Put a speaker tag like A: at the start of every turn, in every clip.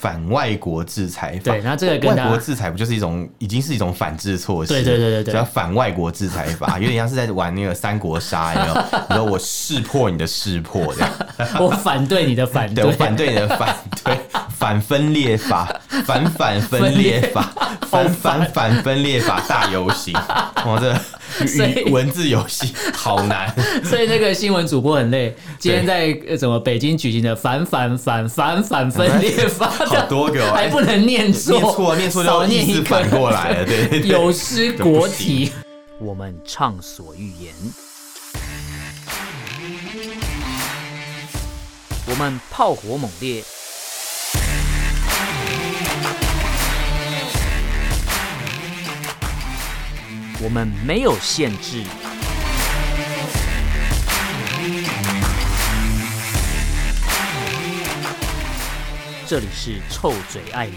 A: 反外国制裁法。
B: 对，那这个跟
A: 外
B: 大
A: 国
B: 家
A: 制裁不就是一种，已经是一种反制措施？
B: 对对对对对
A: 叫反外国制裁 法，有点像是在玩那个三国杀，有没有？你说我识破你的识破， 这样，
B: 我反对你的反
A: 对我反对你的反对，反分裂法，反反分裂 法，反反反分裂法大游行，哇，
B: 所
A: 这
B: 以
A: 语文字游戏好 难。
B: 所以那个新闻主播很累。今天在呃怎么北京举行的反反反反反分裂法
A: 好
B: 的，
A: 多个、哦，
B: 还
A: 哎
B: 不能念错，
A: 念错念错
B: 少
A: 就
B: 念
A: 意
B: 一
A: 思
B: 个
A: 反过来了，对对对。
B: 有失国
A: 对
B: 体。我们畅所欲言，我们炮火猛烈，我们没有限制。这里是臭嘴艾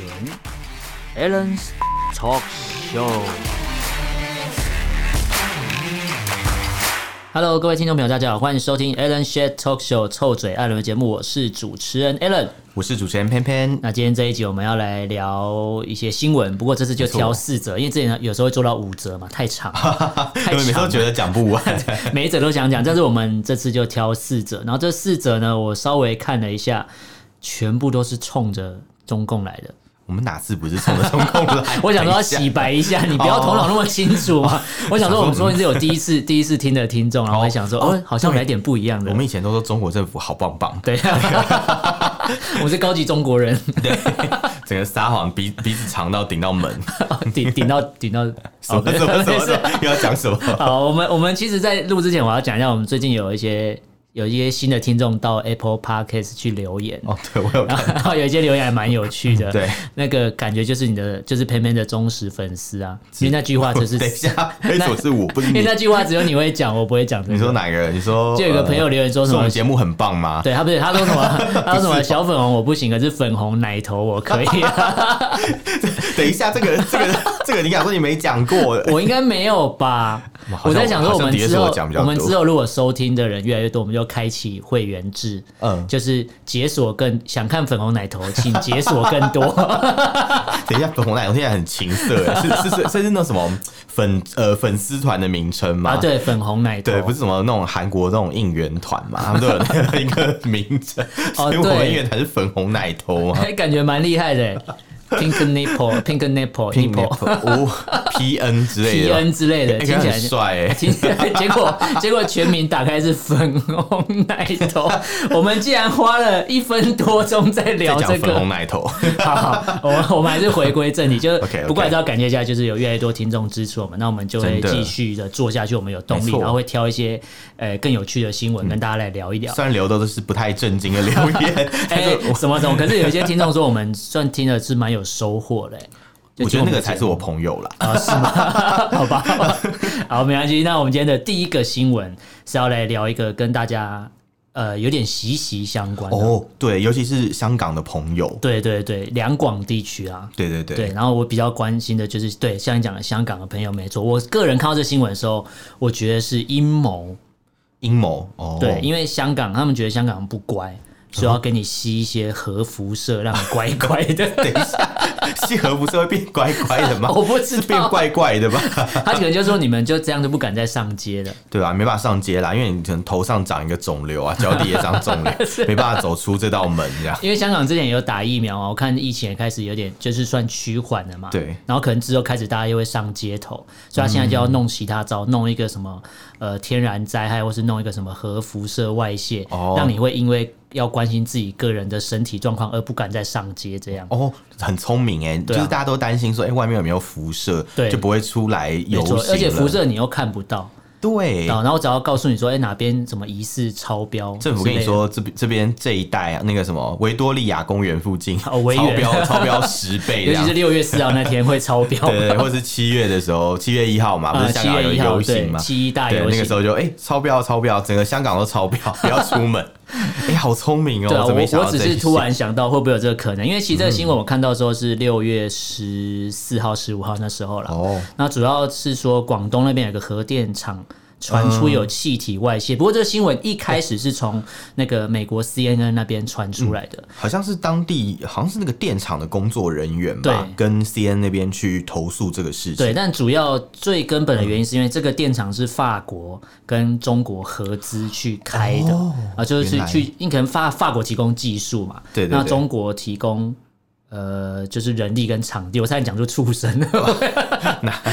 B: 伦，Allen's Talk Show。Hello，各位听众朋友，大家好，欢迎收听 Alan s h a t Talk Show 臭嘴艾伦的节目，我是主持人 Alan。
A: 我是主持人偏偏，
B: 那今天这一集我们要来聊一些新闻，不过这次就挑四则，因为之前有时候会做到五则嘛，太长了，太
A: 因为每次
B: 长
A: 都
B: 了。
A: 觉得讲不完。
B: 每一则都想讲，但是我们这次就挑四则，然后这四则呢，我稍微看了一下，全部都是冲着中共来的。
A: 我们哪次不是冲着中共来？
B: 我想说要洗白一下，你不要头脑那么清楚
A: 哦
B: 嘛。我想说，我们说你是有第一次 第一次听的听众，然后我还想说，
A: 哦
B: 哦，好像来点不一样的
A: 我。们以前都说中国政府好棒 棒，
B: 对，我是高级中国人，
A: 对，整个撒谎鼻鼻子长到顶到门，
B: 顶顶到顶到
A: 什么什么什 么的，又要讲什么？
B: 好，我们我们其实，在录之前，我要讲一下，我们最近有一些有一些新的听众到 Apple Podcast 去留言，
A: 哦，对我有看，
B: 然后有一些留言还蛮有趣的。
A: 对，
B: 那个感觉就是你的，就是偏偏的忠实粉丝啊，因为那句话就 是，
A: 等一下，为什么是我不是
B: 因为
A: 你？
B: 那句话只有你会讲，我不会讲这个。
A: 你说哪个？你说
B: 就有个朋友留言说
A: 呃
B: 什
A: 说我
B: 么
A: 们？节目很棒吗？
B: 对他不是他说 什么？他说什么小粉红我不行，可是粉红奶头我可以、啊
A: 等一下，这个这个 这个，你敢说你没讲过？
B: 我应该没有吧？
A: 好像
B: 我在想说，我们
A: 好像的确
B: 之
A: 是
B: 后
A: 我讲比较多
B: 们之后如果收听的人越来越多，我们就开启会员制，
A: 嗯
B: 就是解锁更想看粉红奶头，请解锁更 多。
A: 等一下，粉红奶油现在很情色，是是是，这是那种什么粉呃粉丝团的名称吗？
B: 啊，对，粉红奶头，
A: 对，不是什么那种韩国那种应援团嘛，他们都有那个一个名 称，所以我
B: 对
A: 们应援团是粉红奶头嘛。
B: 哎，感觉蛮厉害的欸。Pink nipple, pink nipple,
A: Pink
B: nipple,
A: nipple，哦 PN 之类
B: 皮
A: 的吧，
B: 恩之类的，
A: 哎
B: 听起来
A: 很
B: 就
A: 帅哎。
B: 听起来， 结果结果全民打开是 粉红奶头，我们竟然花了一分多钟在
A: 在
B: 聊
A: 讲
B: 这
A: 粉红
B: 个。
A: 奶头，
B: 好好，我们我们还是回归正题，就是
A: OK，OK
B: 不过还是要感谢一下，就是有越来越多听众支持我们，那我们就
A: 真
B: 会
A: 的
B: 继续的做下去，我们有动
A: 没
B: 力，
A: 错
B: 然后会挑一些呃更有趣的
A: 嗯
B: 新闻跟大家来聊 一聊。
A: 虽然留的都是不太正经的留言，但
B: 哎
A: 是，
B: 什么什么？可是有一些听众说我们算听的是蛮有收获的、哎就
A: 我觉得那个
B: 听
A: 才
B: 们
A: 是我朋友啦。
B: 啊，是吗？ 好吧，好，没关系。那我们今天的第一个新闻是要来聊一个跟大家呃有点息息相关的。
A: 哦，对，尤其是香港的朋友，
B: 对对对，两广地区啊。
A: 对对对
B: 对，，然后我比较关心的就是，对，像你讲的香港的朋友，没错。我个人看到这新闻的时候，我觉得是阴谋，
A: 阴谋哦，
B: 对，因为香港他们觉得香港不乖，所以要给你吸一些核辐射，让你乖乖的。
A: 等一下， 西河不是会变乖乖的吗？
B: 我不知
A: 是变
B: 道，
A: 怪怪的吧？
B: 他可能就说你们就这样就不敢再上街了。
A: 对啊吧？没办法上街啦，因为你可能头上长一个肿瘤 啊，脚底也长肿瘤，没办法走出这道门这样。
B: 因为香港之前也有打疫苗啊，我看疫情也开始有点就是算趋缓了嘛。
A: 对。
B: 然后可能之后开始大家又会上街头，所以他现在就要弄其他招，弄一个什么呃天然灾害，或是弄一个什么核辐射外泄，
A: 哦
B: 让你会因为要关心自己个人的身体状况而不敢再上街这样。
A: 哦，很聪明哎、就
B: 啊
A: 是大家都担心说，哎、外面有没有辐射，
B: 对
A: 就不会出来游行
B: 没错，
A: 了
B: 而且辐射啊你又看不到，
A: 对，
B: 然后我只要告诉你说，哎、哪边什么疑似超标，
A: 政府跟你。说，这边这边这一带啊，那个什么维多利亚公园附近，
B: 哦维
A: 超
B: 园
A: 标超标 十倍这
B: 尤其
A: 样
B: 是。六月四号那天会超标，
A: 对对 对，或者是七月的时候，七月一号嘛，不
B: 呃，
A: 是香
B: 七
A: 港有
B: 月一号
A: 游行
B: 对
A: 嘛？
B: 七一大
A: 对，
B: 游
A: 那
B: 行
A: 个时，候就哎、超标超标，整个香港都超标，不要出 门。哎、好聪明哦、
B: 对啊，
A: 真没
B: 我
A: 想嗯
B: 我
A: 到
B: 只
A: 这
B: 是
A: 一
B: 突
A: 些
B: 然想到会不会有这个可能，因为其实这个新闻我看到的时候是六月十四号、十五号那时候了。
A: 哦，
B: 那主要是说广东那边有个核电厂，传出有气体外泄。不过这个新闻一开始是从那个美国 CNN 那边传出来的，
A: 好像是当地好像是那个电厂的工作人员吧
B: 对，
A: 跟 C N 那边去投诉这个事情。
B: 对，但主要最根本的原因是因为这个电厂是法国跟中国合资去开的，
A: 哦
B: 啊，就是
A: 原来
B: 去，你可能法法国提供技术嘛，
A: 对对
B: 那
A: 对
B: 中国提供。呃，就是人力跟场地，我差点讲出畜生，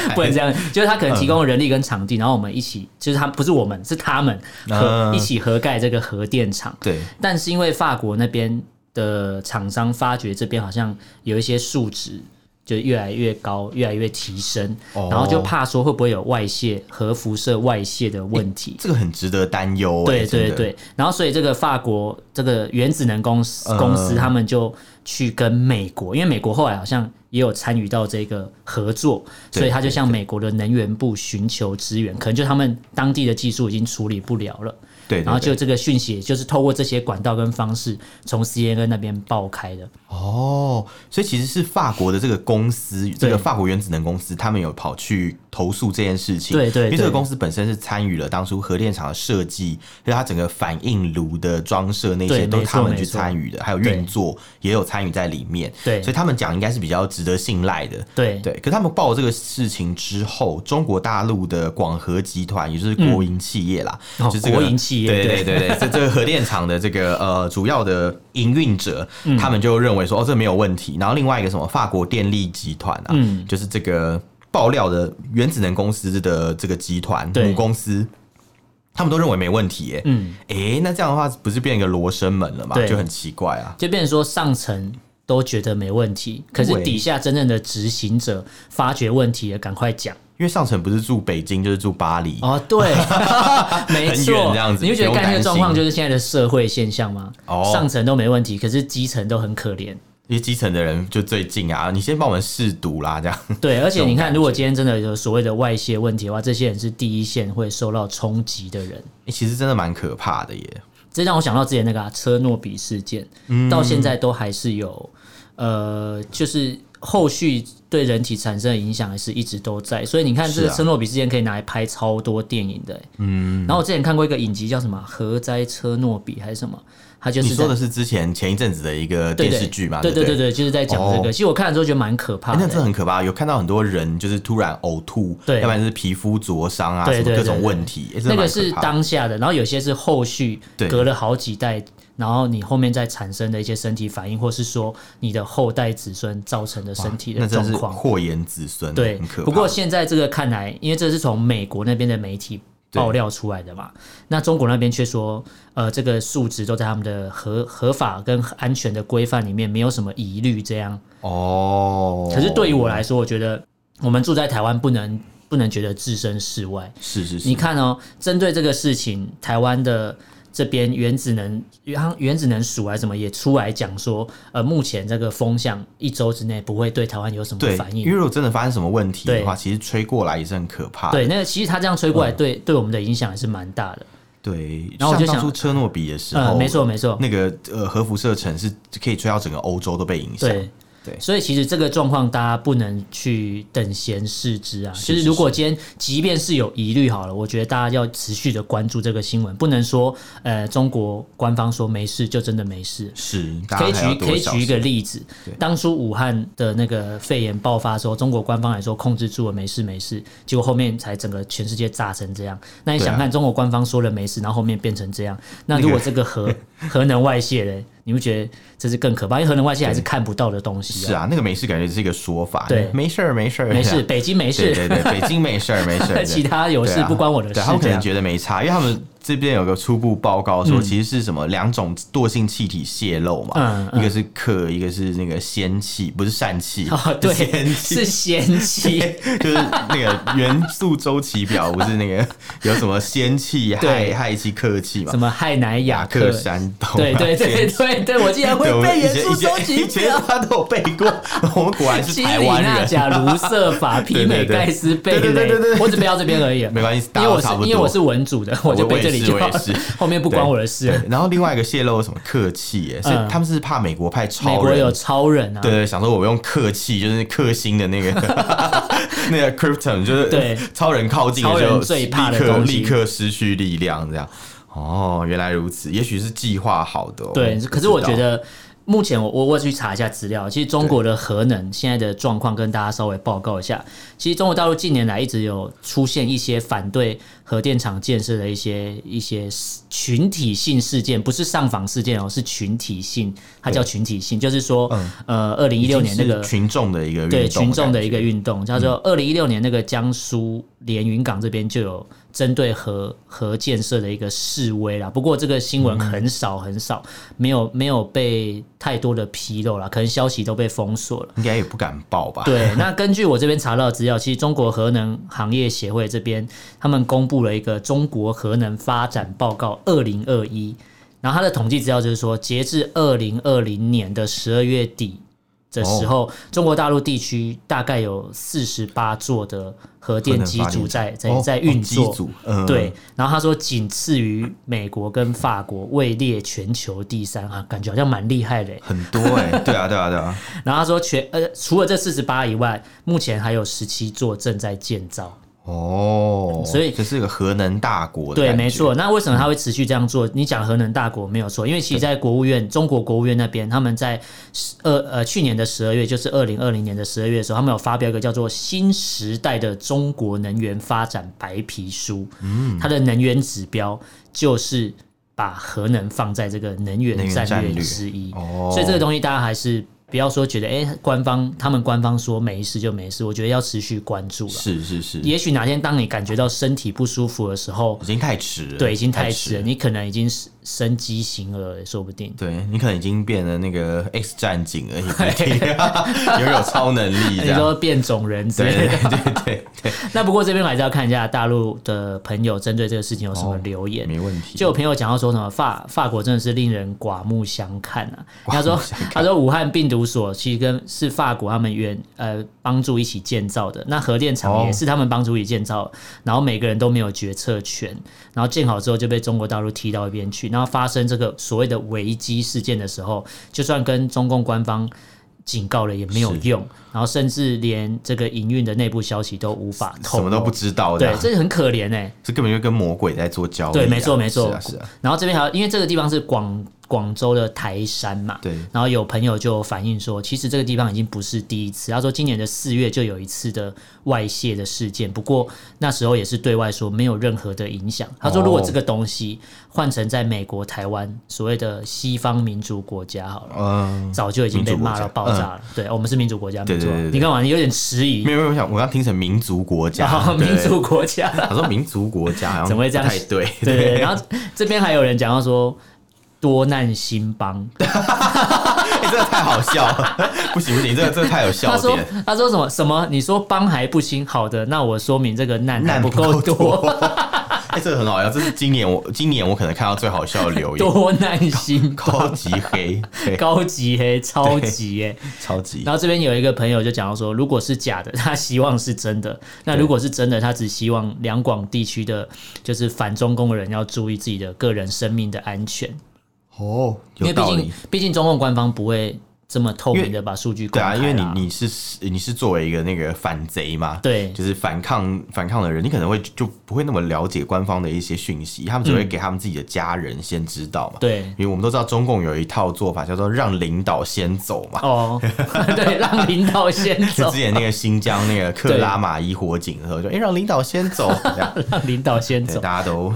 B: 不能这样。就是他可能提
A: 嗯
B: 供人力跟场地，然后我们一起，就是他不是我们，是他们合
A: 嗯
B: 一起合盖这个核电厂。
A: 对，
B: 但是因为法国那边的厂商发觉这边好像有一些数值就越来越高，越来越提升，
A: 哦
B: 然后就怕说会不会有外泄、核辐射外泄的问题。
A: 这个很值得担忧、欸。
B: 对对
A: 真的，
B: 对，然后所以这个法国这个原子能公司、
A: 嗯
B: 公司，他们就去跟美国，因为美国后来好像也有参与到这个合作，
A: 对
B: 所以他就向美国的能源部寻求支援，可能就他们当地的技术已经处理不了了。
A: 对对
B: 然后
A: 对
B: 就这个讯息，就是透过这些管道跟方式，从 CNN 那边爆开的。
A: 哦，所以其实是法国的这个公司，这个法国原子能公司，他们有跑去投诉这件事情。
B: 对对
A: 因为这
B: 对
A: 个公司本身是参与了当初核电厂的设计，还有它整个反应炉的装设那
B: 对
A: 些都
B: 没
A: 是
B: 错
A: 他们
B: 没
A: 去
B: 错
A: 参与的，还有
B: 对
A: 运作也有参与在里面。
B: 对
A: 所以他们讲应该是比较值得信赖的。
B: 对
A: 对，可他们爆这个事情之后，中国大陆的广核集团，也就是国营企业啦，
B: 嗯哦
A: 就是这个
B: 国营企业
A: 对对
B: 对
A: 对对，这这个核电厂的这个呃主要的营运者，
B: 嗯
A: 他们就认为说哦这没有问题。然后另外一个什么法国电力集团啊，
B: 嗯
A: 就是这个爆料的原子能公司的这个集团
B: 对
A: 母公司。他们都认为没问题耶、
B: 嗯，
A: 诶、那这样的话不是变一个罗生门了吗
B: 对？
A: 就很奇怪啊。
B: 就变成说上层都觉得没问题，可是
A: 对
B: 底下真正的执行者发觉问题也赶快讲。
A: 因为上层不是住北京就是住巴黎，
B: 哦，对，
A: 很
B: 没
A: 远
B: 错，
A: 这样子
B: 你会觉得
A: 不用
B: 干这
A: 担
B: 个状况
A: 心
B: 就是现在的社会现象吗？
A: 哦
B: 上层都没问题，可是基层都很可 怜。
A: 因为基层的人就最近啊，你先帮我们试毒啦，这样。
B: 对，而且你
A: 这种
B: 看，
A: 感
B: 如果今天真的有所谓的外泄问题的话，这些人是第一线会受到冲击的人。
A: 欸其实真的蛮可怕的耶。
B: 这让我想到之前那个、啊、车诺比事件，
A: 嗯
B: 到现在都还是有，呃，就是后续对人体产生的影响还是一直都在。所以你看，这个
A: 是啊
B: 车诺比事件可以拿来拍超多电影的、嗯，然后我之前看过一个影集叫什么《核灾车诺比》还是什么，它就是
A: 你说
B: 在
A: 的是之前前一阵子的一个
B: 对
A: 电
B: 对
A: 视剧嘛？
B: 对
A: 对
B: 对
A: 不
B: 对，就是在讲这个。
A: 哦
B: 其实我看了之后觉得蛮可怕
A: 欸那
B: 的、
A: 真的很可怕，有看到很多人就是突然呕吐，
B: 对
A: 要不然就是皮肤灼伤啊，
B: 对
A: 什么
B: 对
A: 各
B: 对
A: 种
B: 对
A: 问题。欸真的
B: 那个
A: 蛮
B: 是
A: 可怕的
B: 当下的，然后有些是后续
A: 对
B: 隔了好几代，然后你后面再产生的一些身体反应，或是说你的后代子孙造成的身体
A: 那
B: 的
A: 真
B: 状
A: 是
B: 况。
A: 祸延子孙，
B: 对
A: 很可，怕。
B: 不过现在这个看来，因为这是从美国那边的媒体爆料出来的嘛，那中国那边却说，呃，这个数值都在他们的合合法跟安全的规范里面，没有什么疑虑这样。
A: 哦，
B: 可是对于我来说，我觉得我们住在台湾不能不能觉得置身事外，
A: 是是是，
B: 你看哦，针对这个事情，台湾的这边原子能原原子能署还是什么也出来讲说，呃，目前这个风向一周之内不会对台湾有什么
A: 对，
B: 反
A: 因为
B: 应。
A: 如果真的发生什么问题
B: 对
A: 的话，其实吹过来也是很可怕的。
B: 对，那个其实他这样吹过来对，对我们的影响也是蛮大的。
A: 对，
B: 然后我就
A: 像当
B: 想
A: 初车诺比的时
B: 嗯，
A: 候，
B: 没错没错，
A: 那个呃核辐射城是可以吹到整个欧洲都被影响。
B: 对
A: 对
B: 所以其实这个状况大家不能去等闲视之啊。就是是
A: 是
B: 如果今天即便是有疑虑好了，我觉得大家要持续的关注这个新闻，不能说呃中国官方说没事就真的没事。
A: 是，大
B: 可以
A: 家还要
B: 举
A: 多
B: 可以
A: 小
B: 举一
A: 心
B: 个例子
A: 对，
B: 当初武汉的那个肺炎爆发的时候，中国官方来说控制住了，没事没事，结果后面才整个全世界炸成这样。那你
A: 对啊
B: 想看，中国官方说了没事，然后后面变成这样，那如果这 个核核能外泄嘞，你会觉得这是更可怕？因为核能外泄还是看不到的东西、
A: 是，啊，那个没事感觉是一个说法，
B: 对
A: 没事儿，没事儿，
B: 没事，北京没
A: 对对
B: 事，
A: 对，北京没事 儿，没事儿，
B: 其他有
A: 对
B: 事
A: 啊
B: 不关我的事
A: 对，他们可
B: 这
A: 能
B: 样。
A: 觉得没差，因为他们这边有个初步报告说，其实是什么两种惰性气体泄漏
B: 嗯
A: 嘛，
B: 嗯
A: 一个是氪，一个是那个氙气，不是疝气
B: 哦，，对，
A: 氙气。
B: 是嫌弃。
A: 就是那个元素周期表，不是那个有什么氙气、
B: 对
A: 氦、氦气、氪气嘛
B: 什？么氦奶
A: 雅
B: 雅
A: 克
B: 克？
A: 山洞啊，
B: 对对对对对，我竟然会
A: 对，我们
B: 背
A: 以
B: 元
A: 前
B: 素周期
A: 以前以
B: 表
A: 前。他都有背过， 我们果然是
B: 基
A: 台
B: 里
A: 湾
B: 纳
A: 人。
B: 贾卢瑟 法、皮
A: 对对
B: 美
A: 对
B: 盖斯、贝
A: 对对对对
B: 雷
A: 对，对
B: 我只背到这边而已。
A: 没关系
B: 因
A: 大
B: 为
A: 家
B: 我
A: 都
B: 是
A: 差不多
B: 因为我是文组的，我就背这里己
A: 是，
B: 就
A: 我
B: 好
A: 也是。
B: 后面不关我的 事。
A: 对，然后另外一个泄露了什么客气耶，是
B: 嗯
A: 他们是怕美国派
B: 美
A: 超
B: 国有
A: 人，
B: 超人啊，
A: 对对，想说我用客气就是克星的 那个那个 krypton，就是
B: 对
A: 超人靠近
B: 超
A: 了
B: 人
A: 就
B: 最
A: 立
B: 怕的
A: 刻
B: 东西
A: 立刻失去力量这样。哦，原来如此，也许是计划好的哦、
B: 对，
A: 不
B: 可是我
A: 知
B: 觉
A: 道
B: 得目前我我我去查一下资料，其实中国的核能现在的状况跟大家稍微报告一下。其实中国大陆近年来一直有出现一些反对核电厂建设的一些一些群体性事件，不是上访事件哦，是群体性，它叫群体性，就是说，呃，二零一六年那
A: 嗯已经
B: 个
A: 是群众的一嗯个运动
B: 对群众的一
A: 个
B: 个运动，叫做二零一六年那个江苏连云港这边就有针对核核建设的一个示威啦。不过这个新闻很少很少，没有没有被太多的披露啦，可能消息都被封锁了。
A: 应该也不敢报吧？，
B: 对，那根据我这边查到的资料，其实中国核能行业协会这边他们公布了一个《中国核能发展报告二零二一》，然后它的统计资料就是说，截至二零二零年的十二月底的时候，
A: 哦
B: 中国大陆地区大概有四十八座的核电机组在在
A: 哦
B: 在运
A: 哦
B: 作
A: 机。组嗯
B: 对，然后他说仅次于美国跟法国，位列全球第三啊，感觉好像蛮厉害的欸。
A: 很多哎、对啊，对啊，对啊，
B: 然后他说全呃，除了这四十八以外，目前还有十七座正在建造。
A: 哦，
B: 所以
A: 这是个核能大国的
B: 对，
A: 感觉
B: 没，错。那为什么他会持续这样做？你讲核能大国没有错，因为其实，在国务院中国国务院那边，他们在十二呃去年的十二月，就是二零二零年的十二月的时候，他们有发表一个叫做《新时代的中国能源发展白皮书》，
A: 嗯
B: 它的能源指标就是把核能放在这个能
A: 能
B: 源
A: 源
B: 战
A: 战
B: 略
A: 略
B: 之一。
A: 哦，
B: 所以这个东西大家还是不要说觉得，哎、官方他们官方说没事就没事，我觉得要持续关注了。
A: 是是是，
B: 也许哪天当你感觉到身体不舒服的时候
A: 已，经太迟了，
B: 对，已经太迟了，
A: 了。
B: 你可能已经是生机形了，也说不定。
A: 对你可能已经变了那个 X 战警 了，也不一定 拥有超能力这
B: 你
A: 样。
B: 说变种人之
A: 对对
B: 类的，
A: 对对对
B: 那不过这边还是要看一下大陆的朋友针对这个事情有什么留
A: 对，
B: 言。
A: 没问题。
B: 就有朋友讲到说什么法法国真的是令人刮目相看啊！他说他说武汉病毒所其实跟是法国他们原呃帮助一起建造的，那核电厂也
A: 哦
B: 是他们帮助一起建造的，然后每个人都没有决策权，然后建好之后就被中国大陆踢到一边去，然后发生这个所谓的危机事件的时候，就算跟中共官方。警告了也没有用，然后甚至连这个营运的内部消息都无法透
A: 什
B: 露，
A: 么都不知道
B: 对
A: 的，，
B: 这很可怜哎、
A: 这根本就跟魔鬼在做交易啊。
B: 对没错没错
A: 是啊是啊，
B: 然后这边还有，因为这个地方是广广州的台山嘛，
A: 对
B: 然后有朋友就反映说，其实这个地方已经不是第一次。他说今年的四月就有一次的外泄的事件，不过那时候也是对外说没有任何的影响。他说如果这个东西换成在美国、台湾所谓的西方民主国家好了，
A: 嗯，
B: 早就已经被骂到
A: 民主国
B: 爆
A: 家
B: 炸了。对，我们是民主国家，
A: 对
B: 没错
A: 对对对。对
B: 你干嘛？你有点迟疑
A: 没。有没有，我想我刚听成民族国 家
B: 啊，，
A: 对
B: 民主国家。
A: 他说民族国家好像
B: 怎么会这样
A: 不太对，
B: 对对对，然后这边还有人讲到说多难兴邦，
A: 欸、这个太好笑了，不行不行，这个这个太有笑
B: 他说
A: 点。
B: 他说什么什么？你说帮还不兴？好的，那我说明这个难还
A: 难
B: 不
A: 不
B: 够
A: 够
B: 多，
A: 哎、这个很好笑，这是今年我今年我可能看到最好笑的留 言，
B: 多难兴
A: 超级黑， 对，
B: 高级黑，超级耶！
A: 超级
B: 然后这边有一个朋友就讲到说，如果是假的，他希望是真的；那如果是真的，他只希望两广地区的，就是反中共的人要注意自己的个人生命的安全，
A: 哦，有
B: 因为毕
A: 道
B: 竟
A: 理。
B: 毕竟中共官方不会这么透明的把数据公
A: 对
B: 开
A: 啊，
B: 啦
A: 因为你你是你是作为一个那个反贼嘛，
B: 对
A: 就是反抗反抗的人，你可能会就不会那么了解官方的一些讯息，他们只会给他们自己的家人先知道嘛。
B: 嗯对
A: 因为我们都知道中共有一套做法叫做让领导先走嘛，
B: 哦，对，让领 导先
A: 就
B: 走
A: 之，前那个新疆那 个克拉玛依火警的时候，就哎、欸让领导先走，这样
B: 让领导先
A: 对
B: 走。
A: 大家都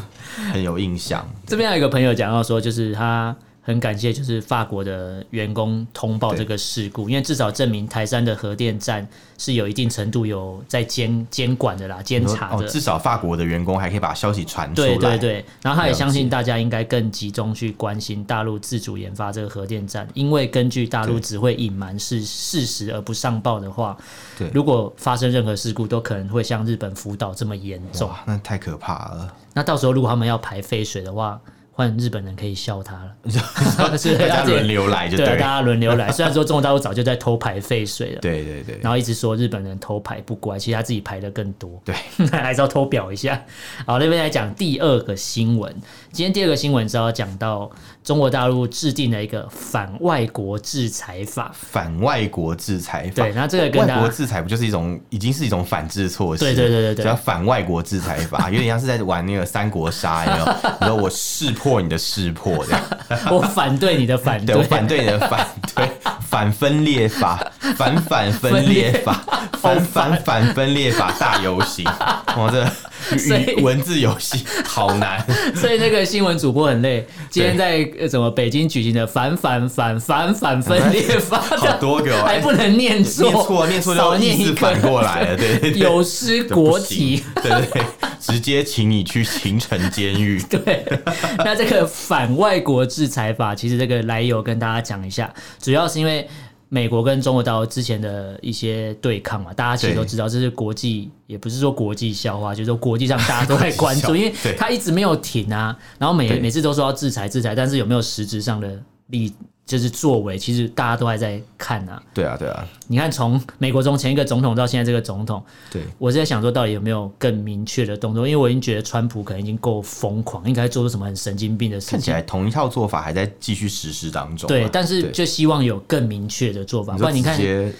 A: 很有印象。
B: 这边还有一个朋友讲到说，就是他很感谢就是法国的员工通报这个事故，因为至少证明台山的核电站是有一定程度有在监监管的啦，监察
A: 哦，
B: 的。
A: 至少法国的员工还可以把消息传出来。
B: 对对对，然后他也
A: 了解
B: 相信大家应该更集中去关心大陆自主研发这个核电站，因为根据大陆
A: 对
B: 只会隐瞒事事实而不上报的话，
A: 对
B: 如果发生任何事故，都可能会像日本福岛这么严重。
A: 哇，那太可怕了。
B: 那到时候如果他们要排废水的话，换日本人可以笑他 了。是
A: 大家轮流来就
B: 对啊，
A: 对
B: 大
A: 了。
B: 家轮流 来。虽然说中国大陆早就在偷排废水了，
A: 对对对
B: 然后一直说日本人偷排不乖，其实他自己排的更多，
A: 对，
B: 还是要偷表一下。好，那边来讲第二个新闻。今天第二个新闻是要讲到中国大陆制定了一个反外国制裁法。
A: 反外国制裁法。
B: 对，那这个跟
A: 外
B: 大
A: 国
B: 家
A: 制裁不就是一种，已经是一种反制措施？
B: 对对对对对
A: 叫反外国制裁法，有点像是在玩那个三国杀，有没有？ 然后我识破你的识破，这样，
B: 我反对你的反
A: 对我反对你的反 对，反分裂法，反反分裂法，
B: 哦
A: 反反反分裂法大游戏，哇，这
B: 所以
A: 语文字游戏好 难，
B: 所以那个新闻主播很累。今天在呃什么北京举行的反反反反反分裂法，
A: 好多个哦
B: 还不能念错，
A: 念错念错
B: 少
A: 就
B: 念
A: 意
B: 一
A: 思
B: 个
A: 反过来了，对对对，
B: 有失
A: 这不
B: 国
A: 行
B: 体。，
A: 对对对，直接请你去秦城监狱，
B: 对，那这个反外国制裁法，其实这个来由跟大家讲一下，主要是因为美国跟中国大陆之前的一些对抗嘛，大家其实
A: 对
B: 都知道，这是国际，也不是说国际笑话，就是说国际上大 家都在关注，
A: 国际
B: 因
A: 笑
B: 为
A: 对
B: 他一直没有停啊，然后每
A: 对
B: 每次都说要制裁制裁，但是有没有实质上的力？就是作为，其实大家都还在看啊。
A: 对啊对啊
B: 你看，从美国从前一个总统到现在这个总统，
A: 对。
B: 我是在想说，到底有没有更明确的动作？因为我已经觉得川普可能已经够疯狂，应该做出什么很神经病的事
A: 看起
B: 情。
A: 来同一套做法还在继续实施当中嘛。
B: 对，但是
A: 对
B: 就希望有更明确的做法，
A: 你
B: 不
A: 说
B: 然你看
A: 直
B: 之
A: 接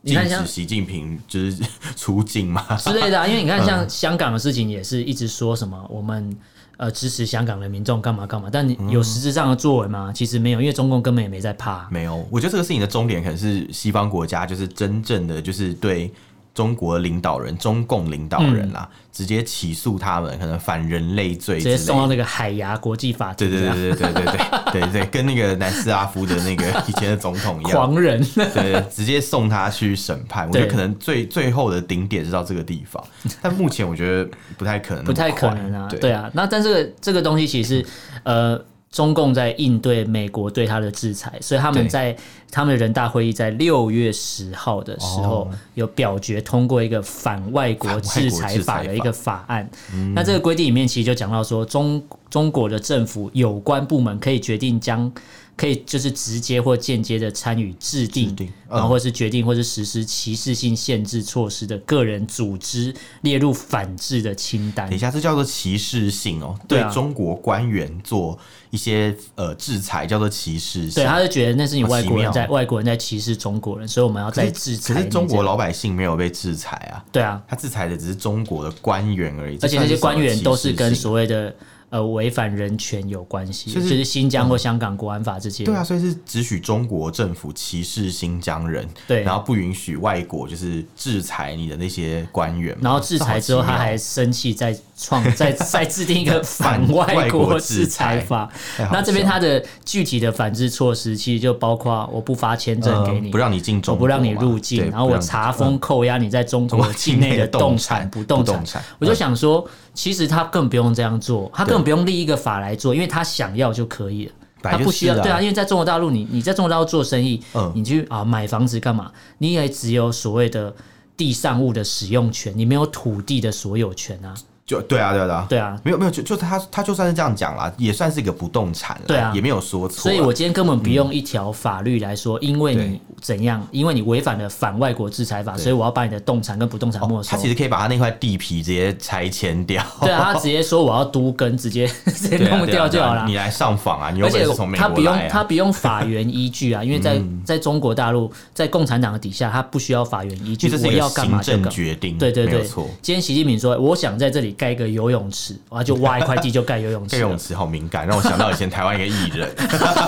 B: 你看
A: 禁
B: 像
A: 止习近平就是 出境嘛？
B: 类的、啊。因为你看，像香港的事情也是一直说什么我们呃支持香港的民众干嘛干嘛，但你有实质上的作为吗？其实没有，因为中共根本也没在怕。
A: 没有，我觉得这个事情的终点可能是西方国家，就是真正的就是对。中国领导人、中共领导人啦、直接起诉他们可能反人类罪
B: 直
A: 之类
B: 接送到
A: 的。
B: 那个海牙国际法
A: 对
B: 庭，啊
A: 对
B: 这样
A: 对对对对对对对，跟那个南斯拉夫的那个以前的总统一样，
B: 狂人。
A: 对，直接送他去审判。我觉得
B: 对
A: 可能最最后的顶点是到这个地方，但目前我觉得不太可能那
B: 不
A: 么快，
B: 太可能啊，
A: 对
B: 对啊。那但这个这个东西其实是呃，中共在应对美国对他的制裁，所以他们
A: 对
B: 在他们的人大会议在六月十号的时候、
A: 哦
B: 有表决通过一个反外国制裁法的一个法案。那这个规定里面其实就讲到说，中中国的政府有关部门可以决定将。可以就是直接或间接的参与制定，
A: 制定嗯
B: 然后或是决定或是实施歧视性限制措施的个人组织列入反制的清单
A: 等一。下，这叫做歧视性哦，
B: 对
A: 对
B: 啊
A: 中国官员做一些呃制裁叫做歧视性。
B: 对，他就觉得那是你外国人
A: 啊
B: 在
A: 好奇妙
B: 外国人在歧视中国人，所以我们要
A: 可
B: 再
A: 是
B: 制裁
A: 可
B: 你这
A: 是
B: 样。
A: 中国老百姓没有被制裁啊，
B: 对啊，
A: 他制裁的只是中国的官员而已，
B: 而且那些
A: 这算
B: 官
A: 什么
B: 员都是跟
A: 歧视性
B: 所谓的呃违反人权有关系，就
A: 就是嗯
B: 是新疆或香港国安法这些。
A: 对啊，所以是只许中国政府歧视新疆人，
B: 对
A: 然后不允许外国就是制裁你的那些官员嘛，
B: 然后制裁之后，
A: 这好
B: 他
A: 奇妙
B: 还生气，再 创再再制定一个反外国制裁法
A: 反外国制裁太。哎好
B: 那这边
A: 笑
B: 他的具体的反制措施，其实就包括我不发签证给
A: 呃
B: 你，
A: 不让你进中
B: 我
A: 国嘛，
B: 不让你入境，
A: 对
B: 然后
A: 不
B: 我
A: 让你 嗯
B: 查封扣押你在中国境内的动产、不
A: 不
B: 动
A: 动产不动
B: 产
A: 产。嗯
B: 我就想说，其实他更不用这样做，他根本不用立一个法来做，因为他想要就可以了。
A: 本
B: 他
A: 来
B: 不
A: 就是
B: 需要
A: 啊
B: 对啊，因为在中国大陆，你你在中国大陆做生意，
A: 嗯
B: 你去啊买房子干嘛？你也只有所谓的地上物的使用权，你没有土地的所有权啊。
A: 就对啊，对啊，对啊，
B: 对啊，
A: 没有没有，就就他他就算是这样讲啦，也算是一个不动产啦，
B: 对啊
A: 也没有说错啦。
B: 所以我今天根本不用一条法律来说，因为你
A: 对
B: 怎样，因为你违反了反外国制裁法，所以我要把你的动产跟不动产没
A: 哦
B: 收。
A: 他其实可以把他那块地皮直接拆迁掉，
B: 对啊，他直接说我要都跟，直接 直 接
A: 对啊
B: 弄掉就好
A: 对啊对啊
B: 了。
A: 你来上访啊，你有
B: 而且
A: 本事从美
B: 他
A: 国
B: 不用
A: 来
B: 他
A: 啊。嗯
B: 不用法源依 据啊，因为在在中国大陆，在共产党的底下，他不需要法源依据
A: 这，是
B: 我
A: 一个
B: 要干
A: 行
B: 嘛就干
A: 政
B: 嘛。
A: 决定，
B: 对对
A: 没有
B: 对
A: 错。，
B: 今天习近平说，我想在这里盖一个游 泳池，我就挖一块地就盖游泳
A: 这
B: 池
A: 游
B: 了
A: 泳。池好敏感，让我想到以前台湾一个艺人，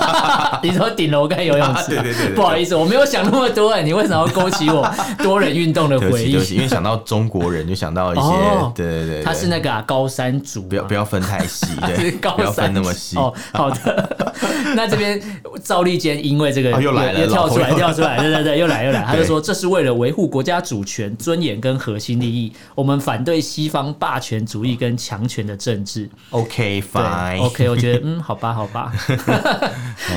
B: 你说顶楼盖游泳池
A: 对
B: 啊、
A: 对对对
B: 不好意思，我没有想那么多、哎，你为什么要勾起我多人运动 的
A: 对不
B: 回
A: 起
B: 忆
A: 对不？起，因为想到中国人就想到一
B: 哦
A: 些，对对对，
B: 他是
A: 对
B: 那个、啊、高山族嘛，
A: 不要不要分太 细，
B: 是
A: 对，
B: 高
A: 不要
B: 三
A: 分那么细。
B: 哦，好的。 那这边赵立坚因为这个、
A: 哦又来了
B: 又跳出来，
A: 老朋友
B: 跳出来，对对对，又来又来。他就说，这是为了维护国家主权、尊严跟核心利益，我们反对西方霸权主义跟强权的政治。
A: OK
B: 对
A: fine，
B: OK，我觉得嗯，好吧，好 吧，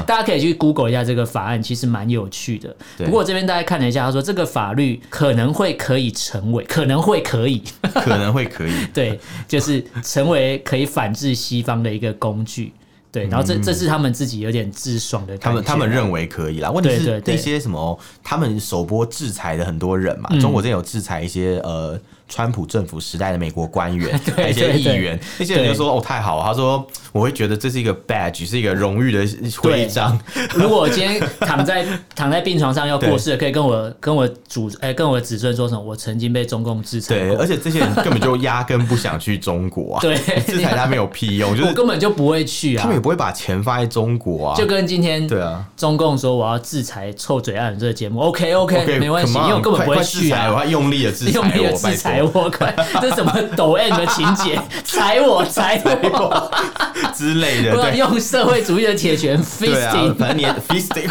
B: 大家可以去 Google 一下这个法案，其实蛮有趣的。
A: 对
B: 不过我这边大家看了一下，他说这个法律可能会可以成为，可能会可以，
A: 可能会可以。
B: 对，就是成为可以反制西方的一个工具。对，然后这、这是他们自己有点自爽的
A: 嗯他
B: 感觉啊
A: 们他们认为可以啦，问题
B: 对
A: 是
B: 对对
A: 那些什么，他们首播制裁的很多人
B: 嗯
A: 嘛，中国之前有制裁一些呃，川普政府时代的美国官员，还有一些
B: 对
A: 议
B: 对
A: 员，那些人就
B: 对
A: 说哦太好了，他说我会觉得这是一个 badge，是一个荣誉的徽章，
B: 如果我今天躺在躺在病床上要过世了，可以跟我跟我祖哎、跟我子孙说什么？我曾经被中共制裁
A: 对，
B: 过，
A: 而且这些人根本就压根不想去中国啊，
B: 对
A: 制裁他没有屁用，就
B: 我
A: 是
B: 根本就不会去
A: 他
B: 啊
A: 们也。不会把钱放在中国啊
B: 就，跟今天
A: 对啊
B: 中共说我要制裁臭嘴案这个节目，OK OK,
A: OK，
B: 没关系，
A: come on，
B: 因为我根本
A: 快
B: 不会
A: 快制
B: 去
A: 裁我
B: 啊。
A: 要用力的 制裁
B: 用力的
A: 我，
B: 制
A: 拜
B: 裁
A: 托
B: 我，快！这什么抖 M 的情节？ 踩我，踩我！
A: 之类的，
B: 不要
A: 对。
B: 用社会主义的铁拳
A: 对啊
B: fisting，、，
A: 反正你 fisting，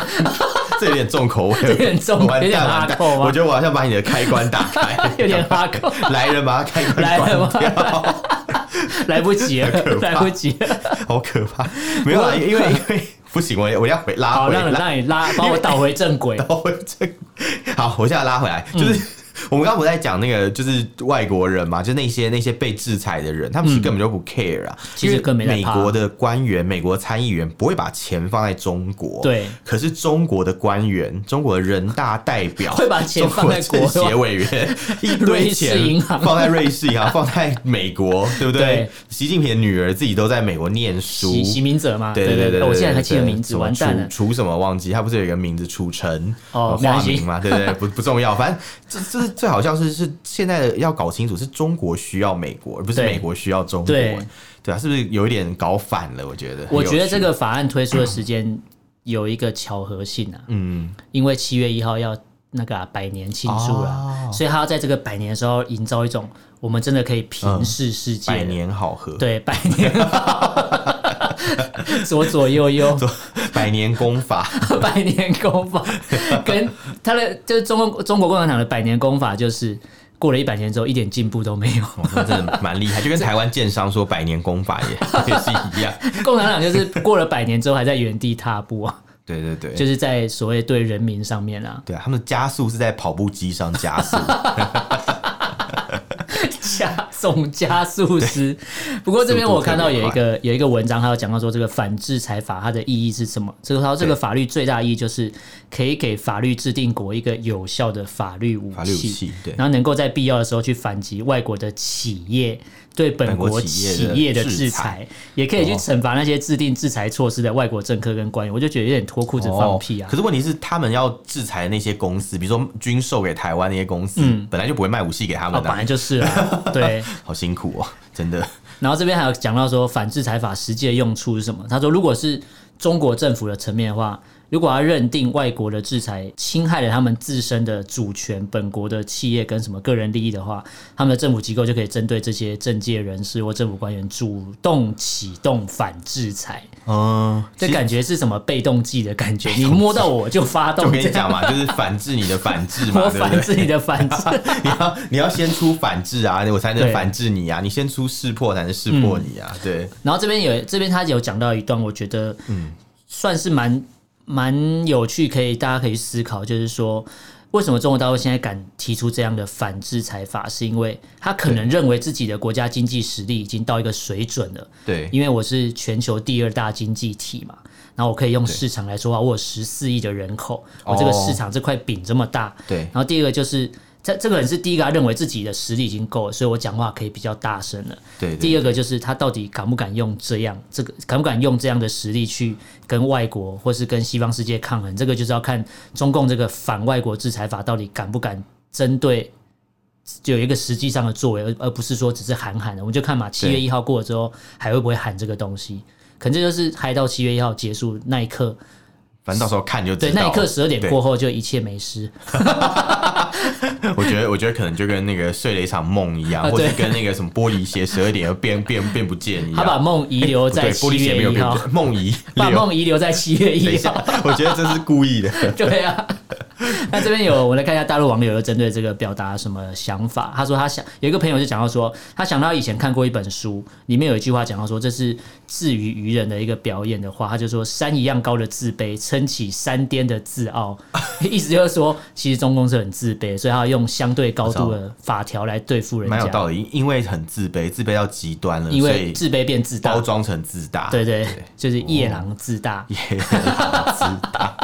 A: 这有 点重口味，
B: 有点重
A: 完
B: 有点
A: 蛋完蛋
B: hardcore 吗
A: 我觉得我好像把你的开关打开，
B: 有点哈口，
A: 来人把它开
B: 来
A: 关
B: 人
A: 关 掉，
B: 来不及了
A: 很可，怕
B: 来不及了。
A: 好可怕。没有啊啦，因为因为不行，我我要回拉
B: 好，
A: 回
B: 让你
A: 来，
B: 让你拉，把我导回正轨。
A: 然后回这个。 好，我现在拉回来，
B: 嗯
A: 就是。我们刚刚不是在讲那个，就是外国人嘛，就那些那些被制裁的人，他们其实根本就不 care 啊，
B: 嗯其实
A: 因为
B: 更没在
A: 美
B: 怕
A: 国的官员、美国参议员不会把钱放在中国，
B: 对
A: 可是中国的官员、中国的人大代表
B: 会把钱放在
A: 中
B: 国
A: 国政协委 员一堆钱
B: 瑞士银行
A: 放在瑞士银行，放在美国，对不对
B: 对？
A: 习近平的女儿自己都在美国念书，
B: 洗洗名者嘛，
A: 对
B: 对
A: 对对，
B: 哦我现在还记得
A: 对
B: 名字，
A: 什么
B: 完蛋了。
A: 楚楚什么忘记？他不是有一个名字楚晨
B: 哦没
A: 化
B: 关系
A: 名嘛？对对，对不不重要，反正这这是最好笑是是现在的要搞清楚，是中国需要美国，而不是
B: 对
A: 美国需要中国
B: 对。
A: 对啊，是不是有一点搞反了？我觉得，
B: 我觉得这
A: 个
B: 个法案推出的时间有一个巧合性啊，
A: 嗯，
B: 因为七月一号要那个啊、百年庆祝了啊，
A: 哦
B: 所以他要在这个百年的时候营造一种我们真的可以平视世
A: 嗯
B: 界
A: 百
B: 了，
A: 年好合，
B: 对百 年，左左右右。
A: 百年功 法，
B: 百年功法，跟他的就是中共中国共产党的百年功法，就是过了一百年之后一点进步都没有。
A: 哇哦那真的蛮厉害，就跟台湾建商说百年功法也 也是一样。
B: 共产党就是过了百年之后还在原地踏步啊，
A: 对对对，
B: 就是在所谓对人民上面啊
A: 对啊，他们的加速是在跑步机上加速，
B: 加总加速师。不过这边我看到有一个有一个文章，它有讲到说这个反制裁法它的意义是什么？这个它这个
A: 对
B: 法律最大意义就是可以给法律制定国一个有效的法律武
A: 法律武器对。
B: 然后能够在必要的时候去反击外国的企业对本
A: 本
B: 国
A: 国
B: 企
A: 企
B: 业
A: 业
B: 的
A: 的
B: 制
A: 制裁
B: 裁，也可以去惩罚那些制定制裁措施的外国政客跟官员。我就觉得有点脱裤子放屁
A: 哦
B: 啊
A: 可！是问题是，他们要制裁那些公司，比如说军售给台湾那些公司，本来就不会卖武器给他
B: 啊，
A: 们的、
B: 嗯本来就是啊，对。
A: 好辛苦哦，真的。
B: 然后这边还有讲到说反制裁法实际的用处是什么？他说，如果是中国政府的层面的话，如果要认定外国的制裁侵害了他们自身的主权、本国的企业跟什么个人利益的话，他们的政府机构就可以针对这些政界人士或政府官员主动启动反制裁。
A: 嗯，
B: 这
A: 其实
B: 感觉是什么被动技的感觉？你摸到我就发
A: 就
B: 动，
A: 跟你
B: 这样
A: 讲嘛，就是反制你的反制嘛，
B: 我
A: 对不
B: 反制
A: 对？
B: 你的反制。
A: 你要你要先出反制啊，我才能
B: 对
A: 反制你啊！你先出识破才能识破你
B: 嗯
A: 啊！对，
B: 然后这边有这边他有讲到一段，我觉得
A: 嗯
B: 算是蛮蛮有趣，可以大家可以去思考，就是说为什么中国大陆现在敢提出这样的反制裁法，是因为他可能认为自己的国家经济实力已经到一个水准了，
A: 对，
B: 因为我是全球第二大经济体嘛。然后我可以用市场来说啊话，我有十四亿的人口，我这个
A: 哦
B: 市场这块饼这么大，
A: 对
B: 然后第二个就是，这这个人是第一个，他认为自己的实力已经够了，所以我讲话可以比较大声了。
A: 对对
B: 第二个就是他到底敢不敢用这样这个敢不敢用这样的实力去跟外国或是跟西方世界抗衡？这个就是要看中共这个反外国制裁法到底敢不敢针对。有一个实际上的作为，而而不是说只是喊喊的，我们就看嘛，七月一号过了之后还会不会喊这个东西？可能这就是嗨到七月一号结束那一刻，
A: 反正到时候看就知
B: 对，
A: 道。
B: 那一刻十二点
A: 对
B: 过后就一切没事。
A: 我觉得，我觉得可能就跟那个睡了一场梦一样，
B: 啊
A: 或
B: 对
A: 者跟那个什么玻璃鞋十二点又变变变不见一
B: 他
A: 样。
B: 把梦遗留
A: 不对，
B: 在
A: 玻
B: 七
A: 璃鞋没
B: 月
A: 有
B: 一
A: 变不
B: 号，
A: 见，梦遗
B: 把
A: 留
B: 梦遗留在七月
A: 等一
B: 一
A: 下
B: 号。，
A: 我觉得这是故意的。
B: 对啊，那这边有我来看一下大陆网友有针对这个表达什么想法。他说他想有一个朋友就讲到说，他想到以前看过一本书，里面有一句话讲到说这是至于愚人的一个表演的话，他就说山一样高的自卑撑起山巅的自傲， 意思就是说其实中共是很自卑，所以他要用相对高度的法条来对付人
A: 蛮有
B: 家，
A: 道理，因为很自卑，自卑到极端了，
B: 因
A: 所
B: 为
A: 以
B: 自卑变自大
A: 包。装成自哦大，
B: 对对，就是夜郎自大。
A: 也很自大，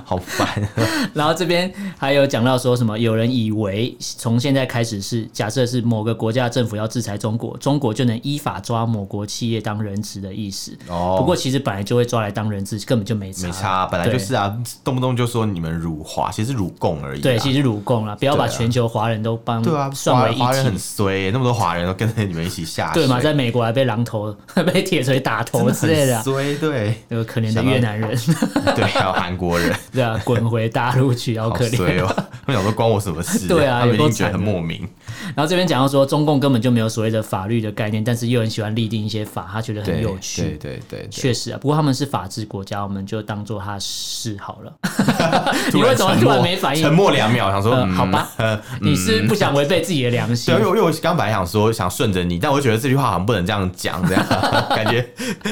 A: 好烦。啊
B: 然后这边还有讲到说什么，有人以为从现在开始是假设是某个国家政府要制裁中国，中国就能依法抓某国企业当人质的意思。
A: 哦
B: 不过其实本来就会抓来当人质，根本就没差。
A: 没差，本来就是啊，动不动就说你们辱华，其实是辱共而已啊。
B: 对，其实辱共啦，不要把
A: 对啊
B: 全球华人都帮
A: 对啊，
B: 算
A: 华
B: 为一
A: 华人很
B: 体，
A: 衰耶，那么多华人都跟着你们一起下水，
B: 对嘛？在美国还被榔头、 被铁锤打
A: 真
B: 头
A: 的
B: 之类的
A: 很
B: 啊，
A: 衰， 对
B: 有可怜的越南人，
A: 对，还有韩国人，
B: 对啊，滚回大陆去，好
A: 好
B: 可怜。啊
A: 衰哦。我想说关我什么事？
B: 对啊
A: 他们一
B: 有
A: 定
B: 够
A: 觉
B: 惨
A: 得
B: 的
A: 很莫名。
B: 然后这边讲到说，中共根本就没有所谓的法律的概念，但是又很喜欢立定一些法，他觉得很
A: 对
B: 有趣。
A: 对对对对，
B: 确实啊，不过他们是法治国家，我们就当做它是好 了。
A: 突
B: 你为什么
A: 沉
B: 突然
A: 默
B: 没反应
A: 沉默两秒，想说
B: 呃，
A: 嗯
B: 好吧，你是不想违背自己的良心嗯
A: 对，因？为我因为我刚本来想说想顺着你，但我觉得这句话好像不能这样讲，这样 感觉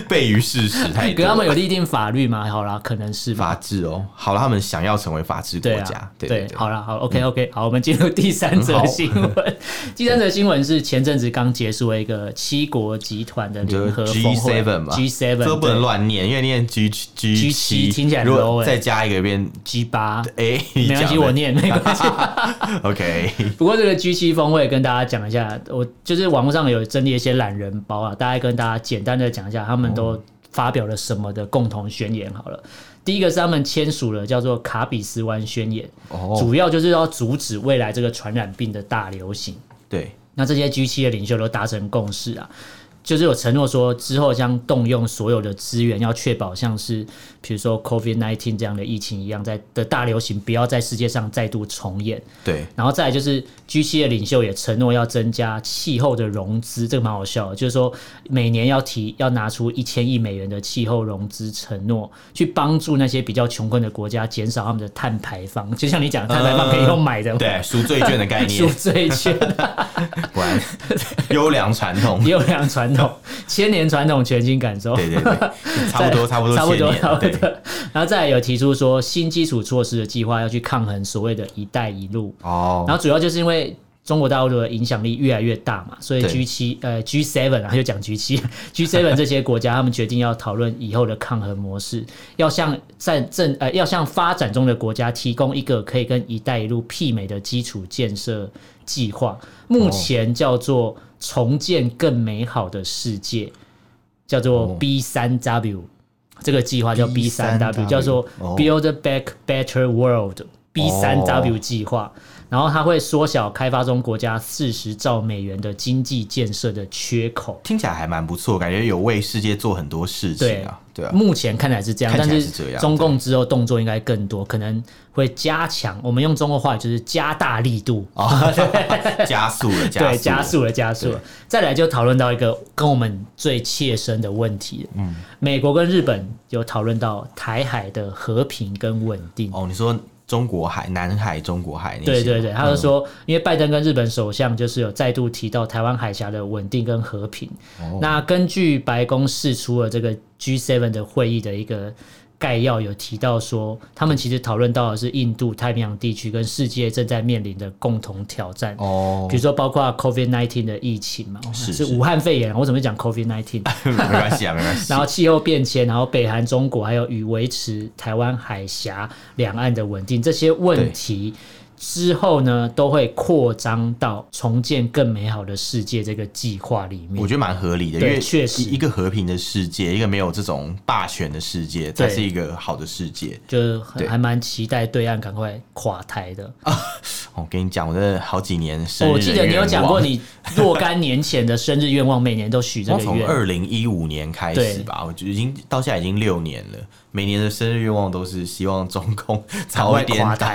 A: 背于事实太
B: 可
A: 多
B: 他。们有立定法律吗？好啦，可能是吧。
A: 法治哦，好了，他们想要成为法治国
B: 对
A: 家
B: 啊，，
A: 对
B: 对
A: 对，嗯
B: 好啦，好，OK OK，好，我们进入第三则新 闻。第三则新闻是前阵子刚结束了一个七国集团的联合
A: 就是
B: 峰会
A: G7 嘛
B: g 7
A: 这都不能
B: 对
A: 乱念，因为念 G G
B: G7 听起来很
A: 如
B: low
A: 果
B: 欸
A: 再加一个变
B: G 八，
A: A，
B: 没关系，我念没关系。
A: OK，
B: 不过这个 G 七峰会跟大家讲一下，我就是网络上有整理一些懒人包啊，大概跟大家简单的讲一下他们都发表了什么的共同宣言好了。第一个是他们签署了叫做卡比斯湾宣言，
A: 哦，
B: 主要就是要阻止未来这个传染病的大流行。
A: 对，
B: 那这些 G 七的领袖都达成共识啊，就是有承诺说之后将动用所有的资源，要确保像是比如说 COVID nineteen 这样的疫情一样，在的大流行不要在世界上再度重演。
A: 对，
B: 然后再来就是 G 7的领袖也承诺要增加气候的融资，这个蛮好笑的，就是说每年要提要拿出一千亿美元的气候融资承诺，去帮助那些比较穷困的国家减少他们的碳排放。就像你讲，碳排放可以用买 的嘛，
A: 呃对，赎罪券的概
B: 赎
A: 念，
B: 罪券
A: 果然优良传统
B: 也，有良传统，千年传统，全新感受。
A: 对对对，差不多差不多
B: 差不
A: 千
B: 多，
A: 年
B: 差
A: 了，
B: 不
A: 对，
B: 多。然后再来有提出说，新基础措施的计划要去抗衡所谓的“一带一路”，然
A: 哦，
B: 后主要就是因为中国大陆的影响力越来越大嘛，所以
A: 对
B: G 七呃 G seven 啊，又讲 G 七 G seven 这些国家，他们决定要讨论以后的抗衡模式，要向战正呃要向发展中的国家提供一个可以跟“一带一路”媲美的基础建设计划，目前叫做重建更美好的世界，叫做
A: 哦
B: B 三 W。这个计划叫 B 三 W，
A: B3W
B: 叫做
A: 哦
B: Build Back Better World B 三 W 计划。
A: 哦
B: 然后它会缩小开发中国家四十兆美元的经济建设的缺口。
A: 听起来还蛮不错，感觉有为世界做很多事情啊，对啊，
B: 目前看来是这样，
A: 看
B: 但
A: 起来
B: 是
A: 是这样
B: 中共之后动作应该更多，可能会加强。我们用中国话语就是加大力度，
A: 加速了，哦
B: 对，
A: 加
B: 加
A: 了，
B: 速了，加速了。再来就讨论到一个跟我们最切身的问题，嗯，美国跟日本有讨论到台海的和平跟稳定。
A: 哦，你说中国海、南海、中国海那些
B: 对
A: 吗，
B: 对对，他就说，因为拜登跟日本首相就是有再度提到台湾海峡的稳定跟和平。
A: 哦
B: 那根据白宫释出了这个 G7 的会议的一个概要，有提到说，他们其实讨论到的是印度太平洋地区跟世界正在面临的共同挑战。
A: 哦
B: 比，如说，包括 COVID nineteen 的疫情嘛，
A: 是是
B: 武汉肺炎，我怎么会讲 COVID nineteen？
A: 没关系啊，没关系
B: 然，后气候变迁，然后北韩、中国，还有与维持台湾海峡两岸的稳定这些问题。之后呢，都会扩张到重建更美好的世界这个计划里
A: 我
B: 面。
A: 觉得蛮合理的，因
B: 对
A: 为
B: 确实
A: 一一个和平的世界，一个没有这种霸权的世界，
B: 对
A: 才是一个好的世界。
B: 就
A: 对
B: 还蛮期待对岸赶快垮台的，哦
A: 我哦跟你讲，我这好几年生日，
B: 我记得你有讲过，。你若干年前的生日愿望，每年都许这
A: 我
B: 个
A: 从
B: 愿。
A: 二零一五年开始
B: 对
A: 吧，我就已经到现在已经六年了。每年的生日愿望都是希望中共早
B: 会
A: 一点
B: 垮
A: 倒
B: 台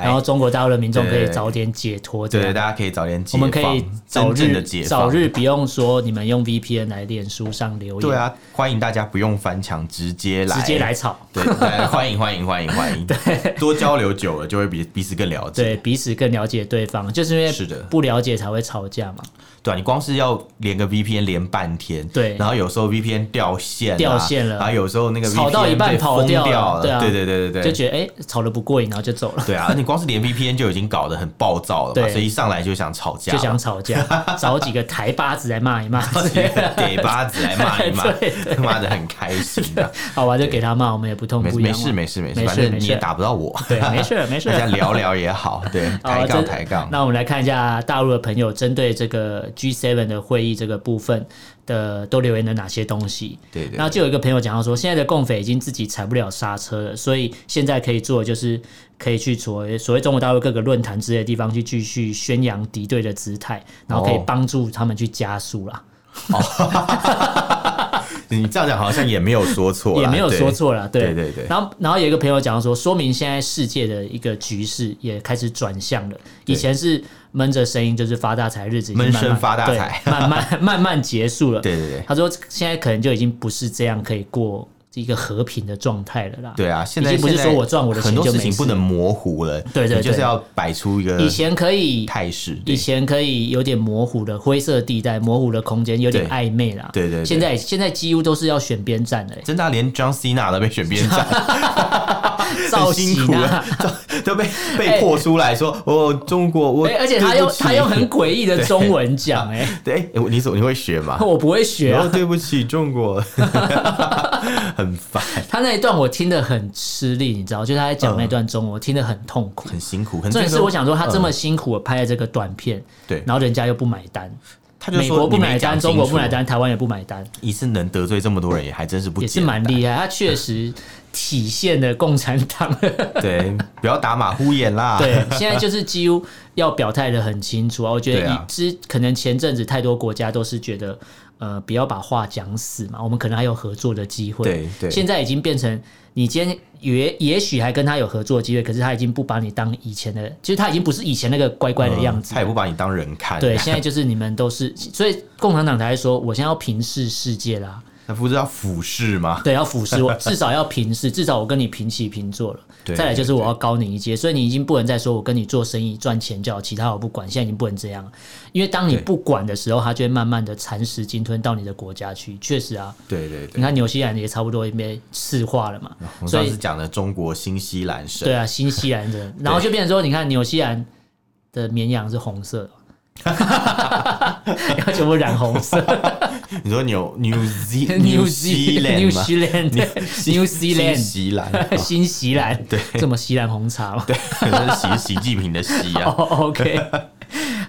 B: 然后
A: 台，
B: 中国大陆的民众可以
A: 对
B: 早点解脱，这
A: 对，
B: 样
A: 大家可以早点解
B: 啊我
A: 放，
B: 们可以早
A: 真正的
B: 日
A: 解
B: 早
A: 放。
B: 日不用说你们用 VPN 来脸书上留言，
A: 对，啊，欢迎大家不用翻墙，直接来，
B: 直接来吵，
A: 对，对，欢迎欢迎欢迎 欢迎，对，多交流久了就会比彼此更了
B: 对
A: 解。
B: 彼此更了解对方，就是因为
A: 是的
B: 不了解才会吵架嘛。
A: 对啊，你光是要连个 VPN 连半天，
B: 对
A: 然后有时候 VPN 掉线啊，
B: 掉线了
A: 然后有时候那个 VPN
B: 吵到一半
A: 被
B: 跑
A: 封
B: 掉
A: 掉
B: 了对啊
A: 对对对对
B: 就
A: 对。
B: 觉得哎、吵得不过瘾，然后就走了，
A: 对啊，你光是连 VPN 就已经搞得很暴躁了嘛，
B: 对
A: 所以一上来就想吵架
B: 就
A: 了，
B: 想吵架，找几个台巴子来骂一骂，
A: 给巴子来骂一骂
B: 对，
A: 他妈的很开心的。
B: 好吧，就给他骂，我们也不痛
A: 没
B: 不
A: 事
B: 痒
A: 没
B: 嘛。
A: 事没事没
B: 没
A: 事，
B: 事
A: 反正
B: 没
A: 你
B: 事
A: 也打不到我，
B: 对，没事没事
A: 大。家聊聊也 好，对，
B: 好
A: 抬杠
B: 这
A: 抬杠。
B: 哦那我们来看一下大陆的朋友针对这个 G7 的会议这个部分的都留言了哪些东西。
A: 对对对
B: 那就有一个朋友讲到说，现在的共匪已经自己踩不了刹车了，所以现在可以做的就是可以去所谓所谓中国大陆各个论坛之类的地方去继续宣扬敌对的姿态，然后可以
A: 哦
B: 帮助他们去加速啦，
A: 你这样讲好像也没有说错啦，
B: 也没有
A: 对
B: 说错啦，对
A: 对对对
B: 然后然后有一个朋友讲到说，说明现在世界的一个局势也开始转向了，以
A: 对
B: 前是闷着声音就是发大财，日子已经
A: 闷
B: 慢慢
A: 声发大
B: 对
A: 财
B: 慢慢 慢慢结束了。
A: 对对对
B: 他说现在可能就已经不是这样可以过一个和平的状态了啦。
A: 对啊，现在
B: 已经不是
A: 现在
B: 说我赚我的钱
A: 很多
B: 就没
A: 事情
B: 事
A: 不能模糊了，
B: 对对
A: 你就
B: 对
A: 是要摆出一个
B: 以前可以，
A: 态势，对
B: 以前可以有点模糊的灰色地带，模糊的空间，有点
A: 对
B: 暧昧啦。
A: 对对对，
B: 现在现在几乎都是要选边站的、欸
A: 真的啊连 John Cena 都被选边 站，
B: 造
A: 很
B: 型
A: 辛苦
B: 啊
A: 了，，都 被被破出来说，哦，中国，我
B: 哎、而且他
A: 对
B: 用
A: 不起
B: 他用很诡异的中文讲、欸，
A: 对，哎你怎么你会学吗
B: 哎，？我 不会学
A: 然后
B: 啊。
A: 对不起中 国，很烦，
B: 他那一段我听得很吃力，你知道，就是他在讲那段中文，我听得很痛苦。
A: 嗯很辛苦，很
B: 重点是我想说，他这
A: 嗯
B: 么辛苦地拍了这个短片，
A: 对
B: 然后人家又不买单，
A: 他就
B: 美
A: 说
B: 国不
A: 你没
B: 买单，
A: 讲清
B: 中国不买
A: 楚，
B: 单，台湾也不买单，
A: 一次能得罪这么多人也还真是不
B: 也是
A: 简
B: 蛮
A: 单
B: 厉害。他确实体现了共产党的
A: 对，不要打马虎眼啦，
B: 对， 现在就是几乎要表态的很清楚啊。我觉得
A: 对
B: 以
A: 啊
B: 之、可能前阵子太多国家都是觉得，呃，不要把话讲死嘛，我们可能还有合作的机会。
A: 对对
B: 现在已经变成你今天也也许还跟他有合作的机会，可是他已经不把你当以前的，其实他已经不是以前那个乖乖的
A: 嗯
B: 样子
A: 他也
B: 了。
A: 不把你当人看，
B: 对，现在就是你们都是，所以共产党才会说，我现在要平视世界啦，
A: 那不是要俯视吗？
B: 对，要俯 视我，至少要平视，至少我跟你平起平坐了。
A: 对
B: 再来就是我要高你一阶，所以你已经不能再说我跟你做生意赚钱就好，其他我不管。现在已经不能这样了，因为当你
A: 对
B: 不管的时候，它就会慢慢的蚕食鲸吞到你的国家去。确实啊，
A: 对对
B: 你
A: 对，
B: 看纽西兰也差不多被赤化了嘛，
A: 我们
B: 所
A: 上
B: 以
A: 次讲的中国新西兰省，
B: 对啊，新西兰 人，然后就变成说，你看纽西兰的绵羊是红色的。 然后全部染红色
A: 你说纽 New Z
B: ，New
A: Zealand
B: ，New
A: 吗
B: Zealand，
A: New- 新
B: ，New Zealand，
A: 西兰， 哦
B: 新西兰，
A: 对
B: 这么西兰红茶嘛。
A: 对，这是习习近平的习
B: 哦
A: 啊，
B: ，OK。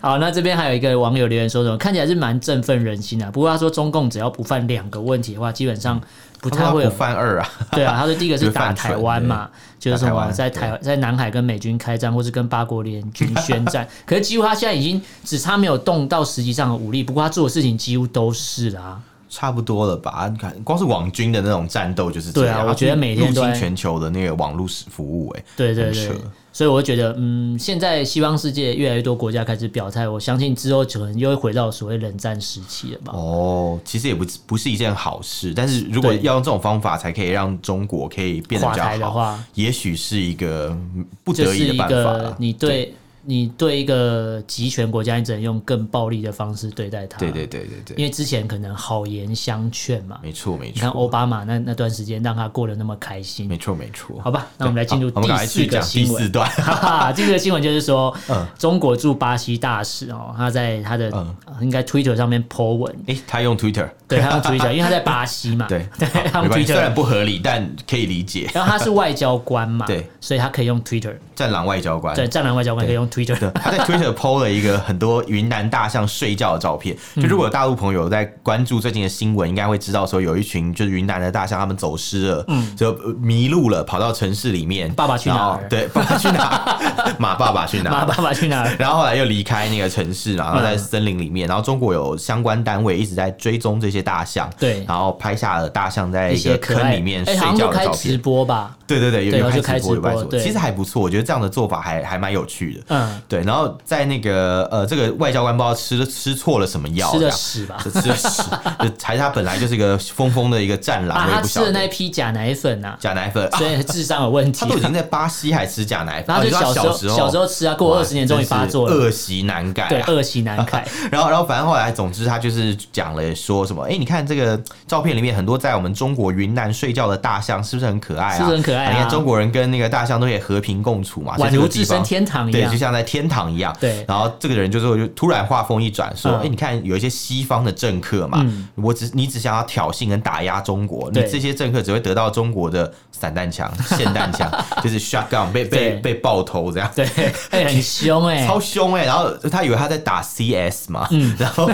B: 好，那这边还有一个网友留言说什么，看起来是蛮振奋人心的、啊不过他说，中共只要不犯两个问题的话，基本上不太
A: 嗯他
B: 会
A: 不
B: 有。
A: 犯二啊，
B: 对啊，他说第一个是
A: 就是
B: 打
A: 犯
B: 台
A: 蠢
B: 湾嘛，就是什
A: 打台
B: 么
A: 湾
B: 在台在南海跟美军开战，或是跟八国联军宣 战。可是几乎他现在已经只差没有动到实际上的武力，不过他做的事情几乎都是啊啦、
A: 差不多了吧？你看，光是网军的那种战斗就是
B: 对啊
A: 这样
B: 我觉得每天
A: 入
B: 都在
A: 侵全球的那个网络服务，哎，
B: 对对
A: 很
B: 对
A: 扯，
B: 所以我觉得，嗯，现在西方世界越来越多国家开始表态，我相信之后可能又会回到所谓冷战时期了吧。
A: 哦，其实也不是不是一件好事，但是如果
B: 对
A: 要用这种方法才可以让中国可以变得
B: 垮
A: 比
B: 台的
A: 较好，
B: 话，
A: 也许是一个嗯不
B: 就
A: 得
B: 是
A: 已的
B: 一
A: 办法
B: 个
A: 啦。
B: 你对你对一个集权国家，你只能用更暴力的方式对待它。
A: 对对对对对，
B: 因为之前可能好言相劝嘛。
A: 没错没
B: 你看
A: 错，
B: 奥巴马那那段时间让他过得那么开心
A: 没，错没错。
B: 好吧？那我们来进入
A: 好我们
B: 第
A: 赶快
B: 四
A: 去
B: 个
A: 讲第
B: 新闻
A: 四。段。
B: 哈哈，这个新闻就是说，
A: 嗯
B: 中国驻巴西大使哦，他在他的、
A: 嗯
B: 应该 Twitter 上面 po 文，
A: 哎、他用 Twitter，
B: 对他用 Twitter，因为他在巴西嘛，
A: 对，
B: 他
A: 没
B: 用
A: 关系，虽然
B: Twitter，
A: 不合理，但可以理解。
B: 然后他是外交官嘛，
A: 对，
B: 所以他可以用 Twitter，
A: 战狼外交官，
B: 对，战狼外交官可以用 Twitter，
A: 对，他在 Twitter 抛了一个很多云南大象睡觉的照片。
B: 嗯
A: 就如果有大陆朋友有在关注最近的新闻，应该会知道说有一群就是云南的大象，他们走失了，就迷路了，跑到城市里面。
B: 嗯爸爸去哪儿
A: 然后对，爸爸去哪儿？ 马爸爸去哪
B: 马
A: 儿？
B: 爸爸去哪儿？
A: 然后后来又离开那个城市嘛，然后在
B: 嗯
A: 森林里面，然后中国有相关单位一直在追踪这些大象，
B: 对
A: 然后拍下了大象在
B: 一
A: 一
B: 些
A: 个
B: 可爱
A: 坑里面
B: 哎
A: 睡
B: 好像
A: 觉
B: 就
A: 的
B: 开
A: 照
B: 直
A: 片。
B: 播吧，
A: 对对对，有
B: 对
A: 有
B: 然后就
A: 开直播，
B: 开直
A: 有开
B: 播
A: 直播，
B: 对
A: 其实还不错，我觉得这样的做法还还蛮有趣的。
B: 嗯，
A: 对，然后在那个呃，这个外交官不知道吃了吃错了什么药，
B: 吃
A: 这
B: 的
A: 样
B: 屎吧。
A: 就吃了屎，就还是他本来就是一个疯疯的一个战狼，
B: 啊，
A: 我也
B: 他
A: 不
B: 吃
A: 晓
B: 的那一
A: 得。
B: 批假奶 粉呐、
A: 假奶粉啊
B: 啊，，所以智商有问题
A: 他。都已经在巴西还吃假奶粉，
B: 然后
A: 哦
B: 就
A: 你知道
B: 小时
A: 小
B: 候小时候吃啊，过
A: 哇
B: 二十年终于发作
A: 真是
B: 了，
A: 恶习难改、
B: 对，
A: 啊。
B: 恶习难 改。
A: 然后，然后反正后来，总之他就是讲了说什么，哎、你看这个照片里面很多在我们中国云南睡觉的大象，是不是很可爱啊？
B: 是不是很可爱啊
A: 你看中国人跟那个大象都可以和平共处嘛，所以
B: 宛
A: 啊这
B: 如
A: 个
B: 置
A: 地
B: 身
A: 方。
B: 天堂一
A: 对，
B: 样
A: 就。像在天堂一样。
B: 对
A: 然后这个人就是就突然话锋一转，说：“哎、
B: 嗯
A: 你看有一些西方的政客嘛，
B: 嗯
A: 我只你只想要挑衅跟打压中国，你
B: 对
A: 这些政客只会得到中国的散弹枪、霰弹 枪，就是 shotgun 被被
B: 对
A: 被爆头这样。”
B: 对，哎、很凶哎、嗯
A: 超凶哎、然后他以为他在打 CS 嘛， 然后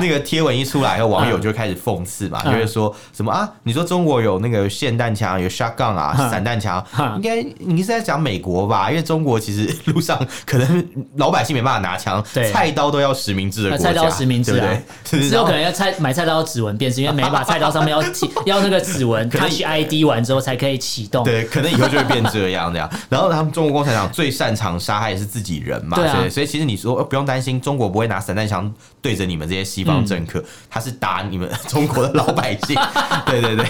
A: 那个贴文一出来，网友就开始讽刺嘛，
B: 嗯
A: 就会说什么啊，你说中国有那个霰弹枪、有 shotgun 啊、
B: 嗯
A: 散弹枪，
B: 嗯
A: 应该你是在讲美国吧？因为中国其实路上可能老百姓没办法拿枪，
B: 对
A: 菜刀都要实名制的国家，
B: 菜刀实名制啊
A: 对不对？
B: 之后可能要菜买菜刀指纹辨识，因为每把菜刀上面要起 要那个指纹
A: 可能
B: ，Touch ID 完之后才可以启动。
A: 对，可能以后就会变这样这 样。然后他们中国共产党最擅长杀害是自己人嘛，
B: 对啊
A: 所以所以其实你说、呃不用担心，中国不会拿散弹枪对着你们这些西方政客，
B: 嗯
A: 他是打你们 中国的老百姓，对对对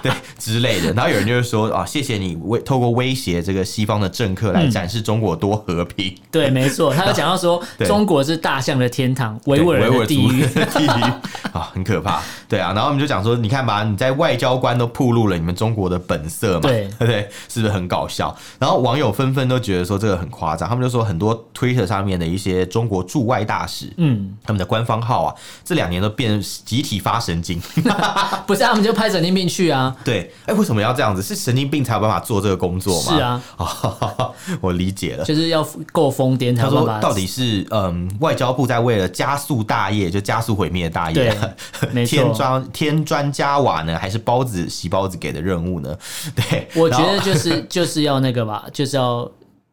A: 对之类的。然后有人就会说啊，谢谢你威透过威胁这个西方的政客
B: 嗯
A: 来展示中国多和平，
B: 对，没错，他有讲到说，
A: 对
B: 中国是大象的天堂，维
A: 对
B: 吾尔人的地
A: 族
B: 狱
A: 人。的地狱 啊，很可怕。对啊，然后我们就讲说，你看吧，你在外交官都暴露了你们中国的本色嘛，
B: 对
A: 对，是不是很搞笑？然后网友纷纷都觉得说这个很夸张，他们就说很多 Twitter 上面的一些中国驻外大使。
B: 嗯，
A: 他们的官方号啊，这两年都变集体发神经。
B: 不是，啊他们就拍神经病去啊。
A: 对，哎、为什么要这样子？是神经病才有办法做这个工作吗？
B: 是啊，
A: 我理解了。
B: 就是要够疯癫才
A: 他
B: 有办
A: 说
B: 法，
A: 到底是嗯，外交部在为了加速大业，就加速毁灭大业
B: 对， 没错
A: 添砖添砖加瓦呢，还是包子洗包子给的任务呢？ 对，
B: 我觉
A: 然后
B: 得就是就是要那个吧，就是要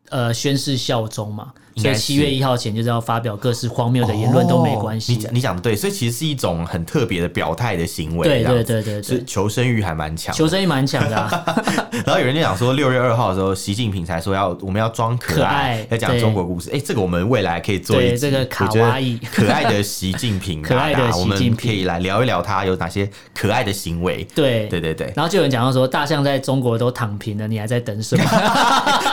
B: 呃宣誓效忠嘛，
A: 应
B: 所
A: 该
B: 以
A: 是
B: 七月一号前就是要发表各式荒谬的言论都没关
A: 哦
B: 系
A: 你。讲你讲的对，所以其实是一种很特别的表态的行为，
B: 对
A: 这样
B: 对
A: 子
B: 对对
A: 是
B: 对，
A: 求生欲还蛮强的。
B: 求生欲蛮强 的啊，
A: 然后有人就讲说，六月二号的时候，习近平才说要我们要装可
B: 可
A: 爱
B: 爱，
A: 要讲
B: 对
A: 中国故事。哎、这个我们未来可以做一
B: 对
A: 集
B: 这个卡哇伊
A: 我觉得可爱的习近平达达，
B: 可爱的习
A: 我
B: 近平
A: 们可以来聊一聊他有哪些可爱的行为。
B: 对
A: 对对 对，
B: 然后就有人讲到说，大象在中国都躺平了，你还在等什么？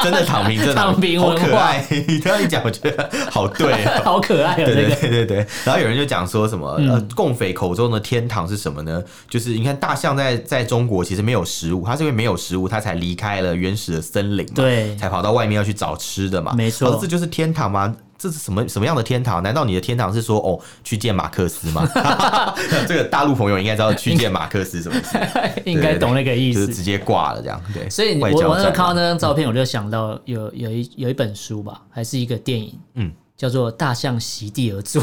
A: 真的躺平，真的
B: 躺平
A: 好
B: 文化
A: 可爱。你这样一讲，我觉得好 对哦。
B: 好可爱啊，
A: 对
B: 这
A: 对
B: 个。
A: 对对对，然后有人就讲说什么、
B: 嗯
A: 呃，共匪口中的天堂是什么呢？就是你看大象在在中国其实没有食物，它是因为没有食物，它才离开了原始的森林嘛，
B: 对
A: 才跑到外面要去找吃的嘛，
B: 没错
A: 他说这就是天堂吗？这是什么什么样的天堂？难道你的天堂是说哦去见马克思 吗？这个大陆朋友应该知道去见马克思什么思，
B: 应该懂那个意
A: 就是
B: 思。
A: 直接挂了这样。对，
B: 所以我
A: 外交
B: 我那时
A: 战啊
B: 候看到那张照片，我就想到有有一有一本书吧，还是一个电影，
A: 嗯
B: 嗯，叫做《大象席地 而坐》。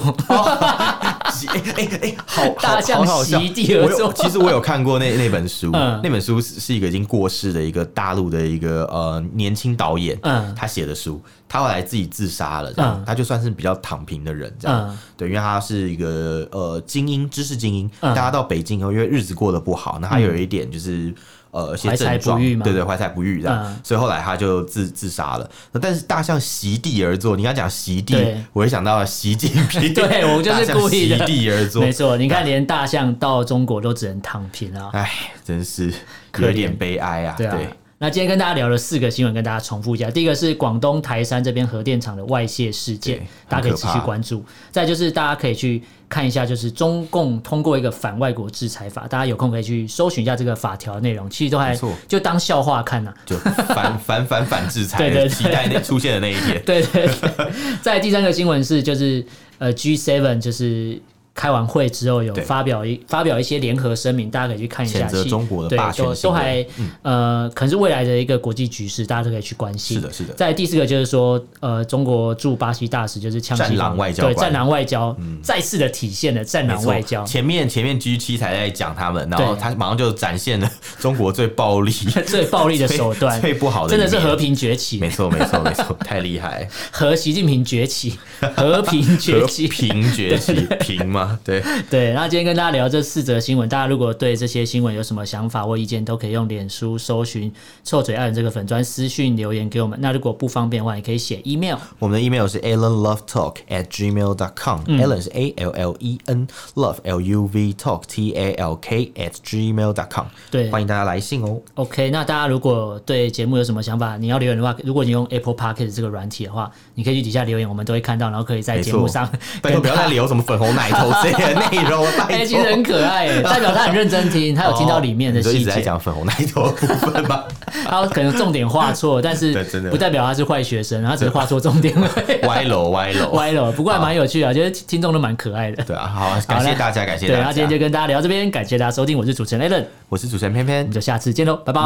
A: 哎哎哎，好，好
B: 大象
A: 好好笑
B: 席地而
A: 我有
B: 坐
A: 其实我有看过那 那本书，
B: 嗯
A: 那本书是是一个已经过世的一个大陆的一个呃年轻导演，
B: 嗯
A: 他写的书，他后来自己自杀了，这样，
B: 嗯
A: 他就算是比较躺平的人，这样，
B: 嗯
A: 对，因为他是一个呃精英，知识精英，
B: 嗯
A: 大家到北京以后，因为日子过得不好，那他有一点就是。呃，一些
B: 怀才
A: 症状，
B: 不遇嘛
A: 对对，怀才不遇这样，
B: 嗯
A: 所以后来他就自自杀了。那但是大象席地而坐，你刚讲席地
B: 对，
A: 我也想到了习 近平，
B: 对我就是故意的
A: 大象席地而坐
B: 没，错，你看连大象到中国都只能躺平啊。
A: 哎，真是
B: 可
A: 有
B: 怜
A: 点悲哀啊！
B: 对啊。那今天跟大家聊了四个新闻，跟大家重复一下。第一个是广东台山这边核电厂的外泄事件
A: 对，
B: 大家可以
A: 很可
B: 持
A: 怕
B: 续关注。再就是大家可以去看一下，就是中共通过一个反外国制裁法，大家有空可以去搜寻一下这个法条的内容，其实都还
A: 没错
B: 就当笑话看啊呐、
A: 就反反反反制裁，
B: 对对对
A: 期待那出现的 那一天。
B: 对对对。再第三个新闻是，就是呃 G7 就是开完会之后有
A: 对
B: 发表一发表一些联合声明，大家可以去看一下。
A: 谴责
B: 其
A: 中国的
B: 对
A: 霸权
B: 都
A: 行
B: 都
A: 为嗯
B: 还、呃，可能是未来的一个国际局势，大家都可以去关心。
A: 是的，是的，
B: 在第四个就是说，呃，中国驻巴西大使就是呛
A: 战
B: 西
A: 狼
B: 方
A: 外交
B: 对
A: 官嗯
B: 战狼外交、再次的体现了战
A: 没
B: 狼
A: 错
B: 外交，
A: 前面前面 G 七才在讲他们，然后
B: 对
A: 他马上就展现了中国最暴 力、
B: 最暴力的手段，
A: 最最不好的一
B: 真
A: 面，
B: 的是和平崛起
A: 没，错，没错，没错，太厉 害，
B: 和习近平崛起，和平崛
A: 和
B: 起。
A: 平崛起，平嘛，对，
B: 对，那今天跟大家聊这四则新闻，大家如果对这些新闻有什么想法或意见，都可以用脸书搜寻“臭嘴爱人”这个粉砖私讯留言给我们。那如果不方便的话，也可以写 email。
A: 我们的 email 是 allenlovetalk at gmail dot com。Allen
B: 嗯
A: 是 A L L E N love L U V talk T A L K at gmail dot com。
B: 对
A: 欢迎大家来信哦。
B: OK，那大家如果对节目有什么想法，你要留言的话，如果你用 Apple Podcast 这个软体的话，你可以去底下留言，我们都会看到，然后可以在
A: 没
B: 节
A: 错
B: 目上
A: 拜托不要再留什么粉红奶头之类的内容了，
B: 哎、
A: 拜
B: 其实很
A: 托。
B: 可爱 耶，代表他很认真听，他有听到里面的
A: 哦你就
B: 细
A: 一直在
B: 节，
A: 讲粉红奶头的部分 吧。
B: 他可能重点 画错，但是
A: 对真的
B: 不代表他是坏学生，他只是画错 重点而已
A: 歪楼，歪楼。
B: 歪了，不过还蛮有趣的，觉得听众都蛮可爱的。
A: 对啊，好啊，感谢
B: 那
A: 大家，感谢
B: 对，
A: 大
B: 那今天就
A: 家。
B: 跟大家聊到这边，感谢大家收听，我是主持人 Allen，我
A: 我是主持人偏偏
B: 们，就下次见喽，拜
A: 拜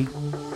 A: 拜。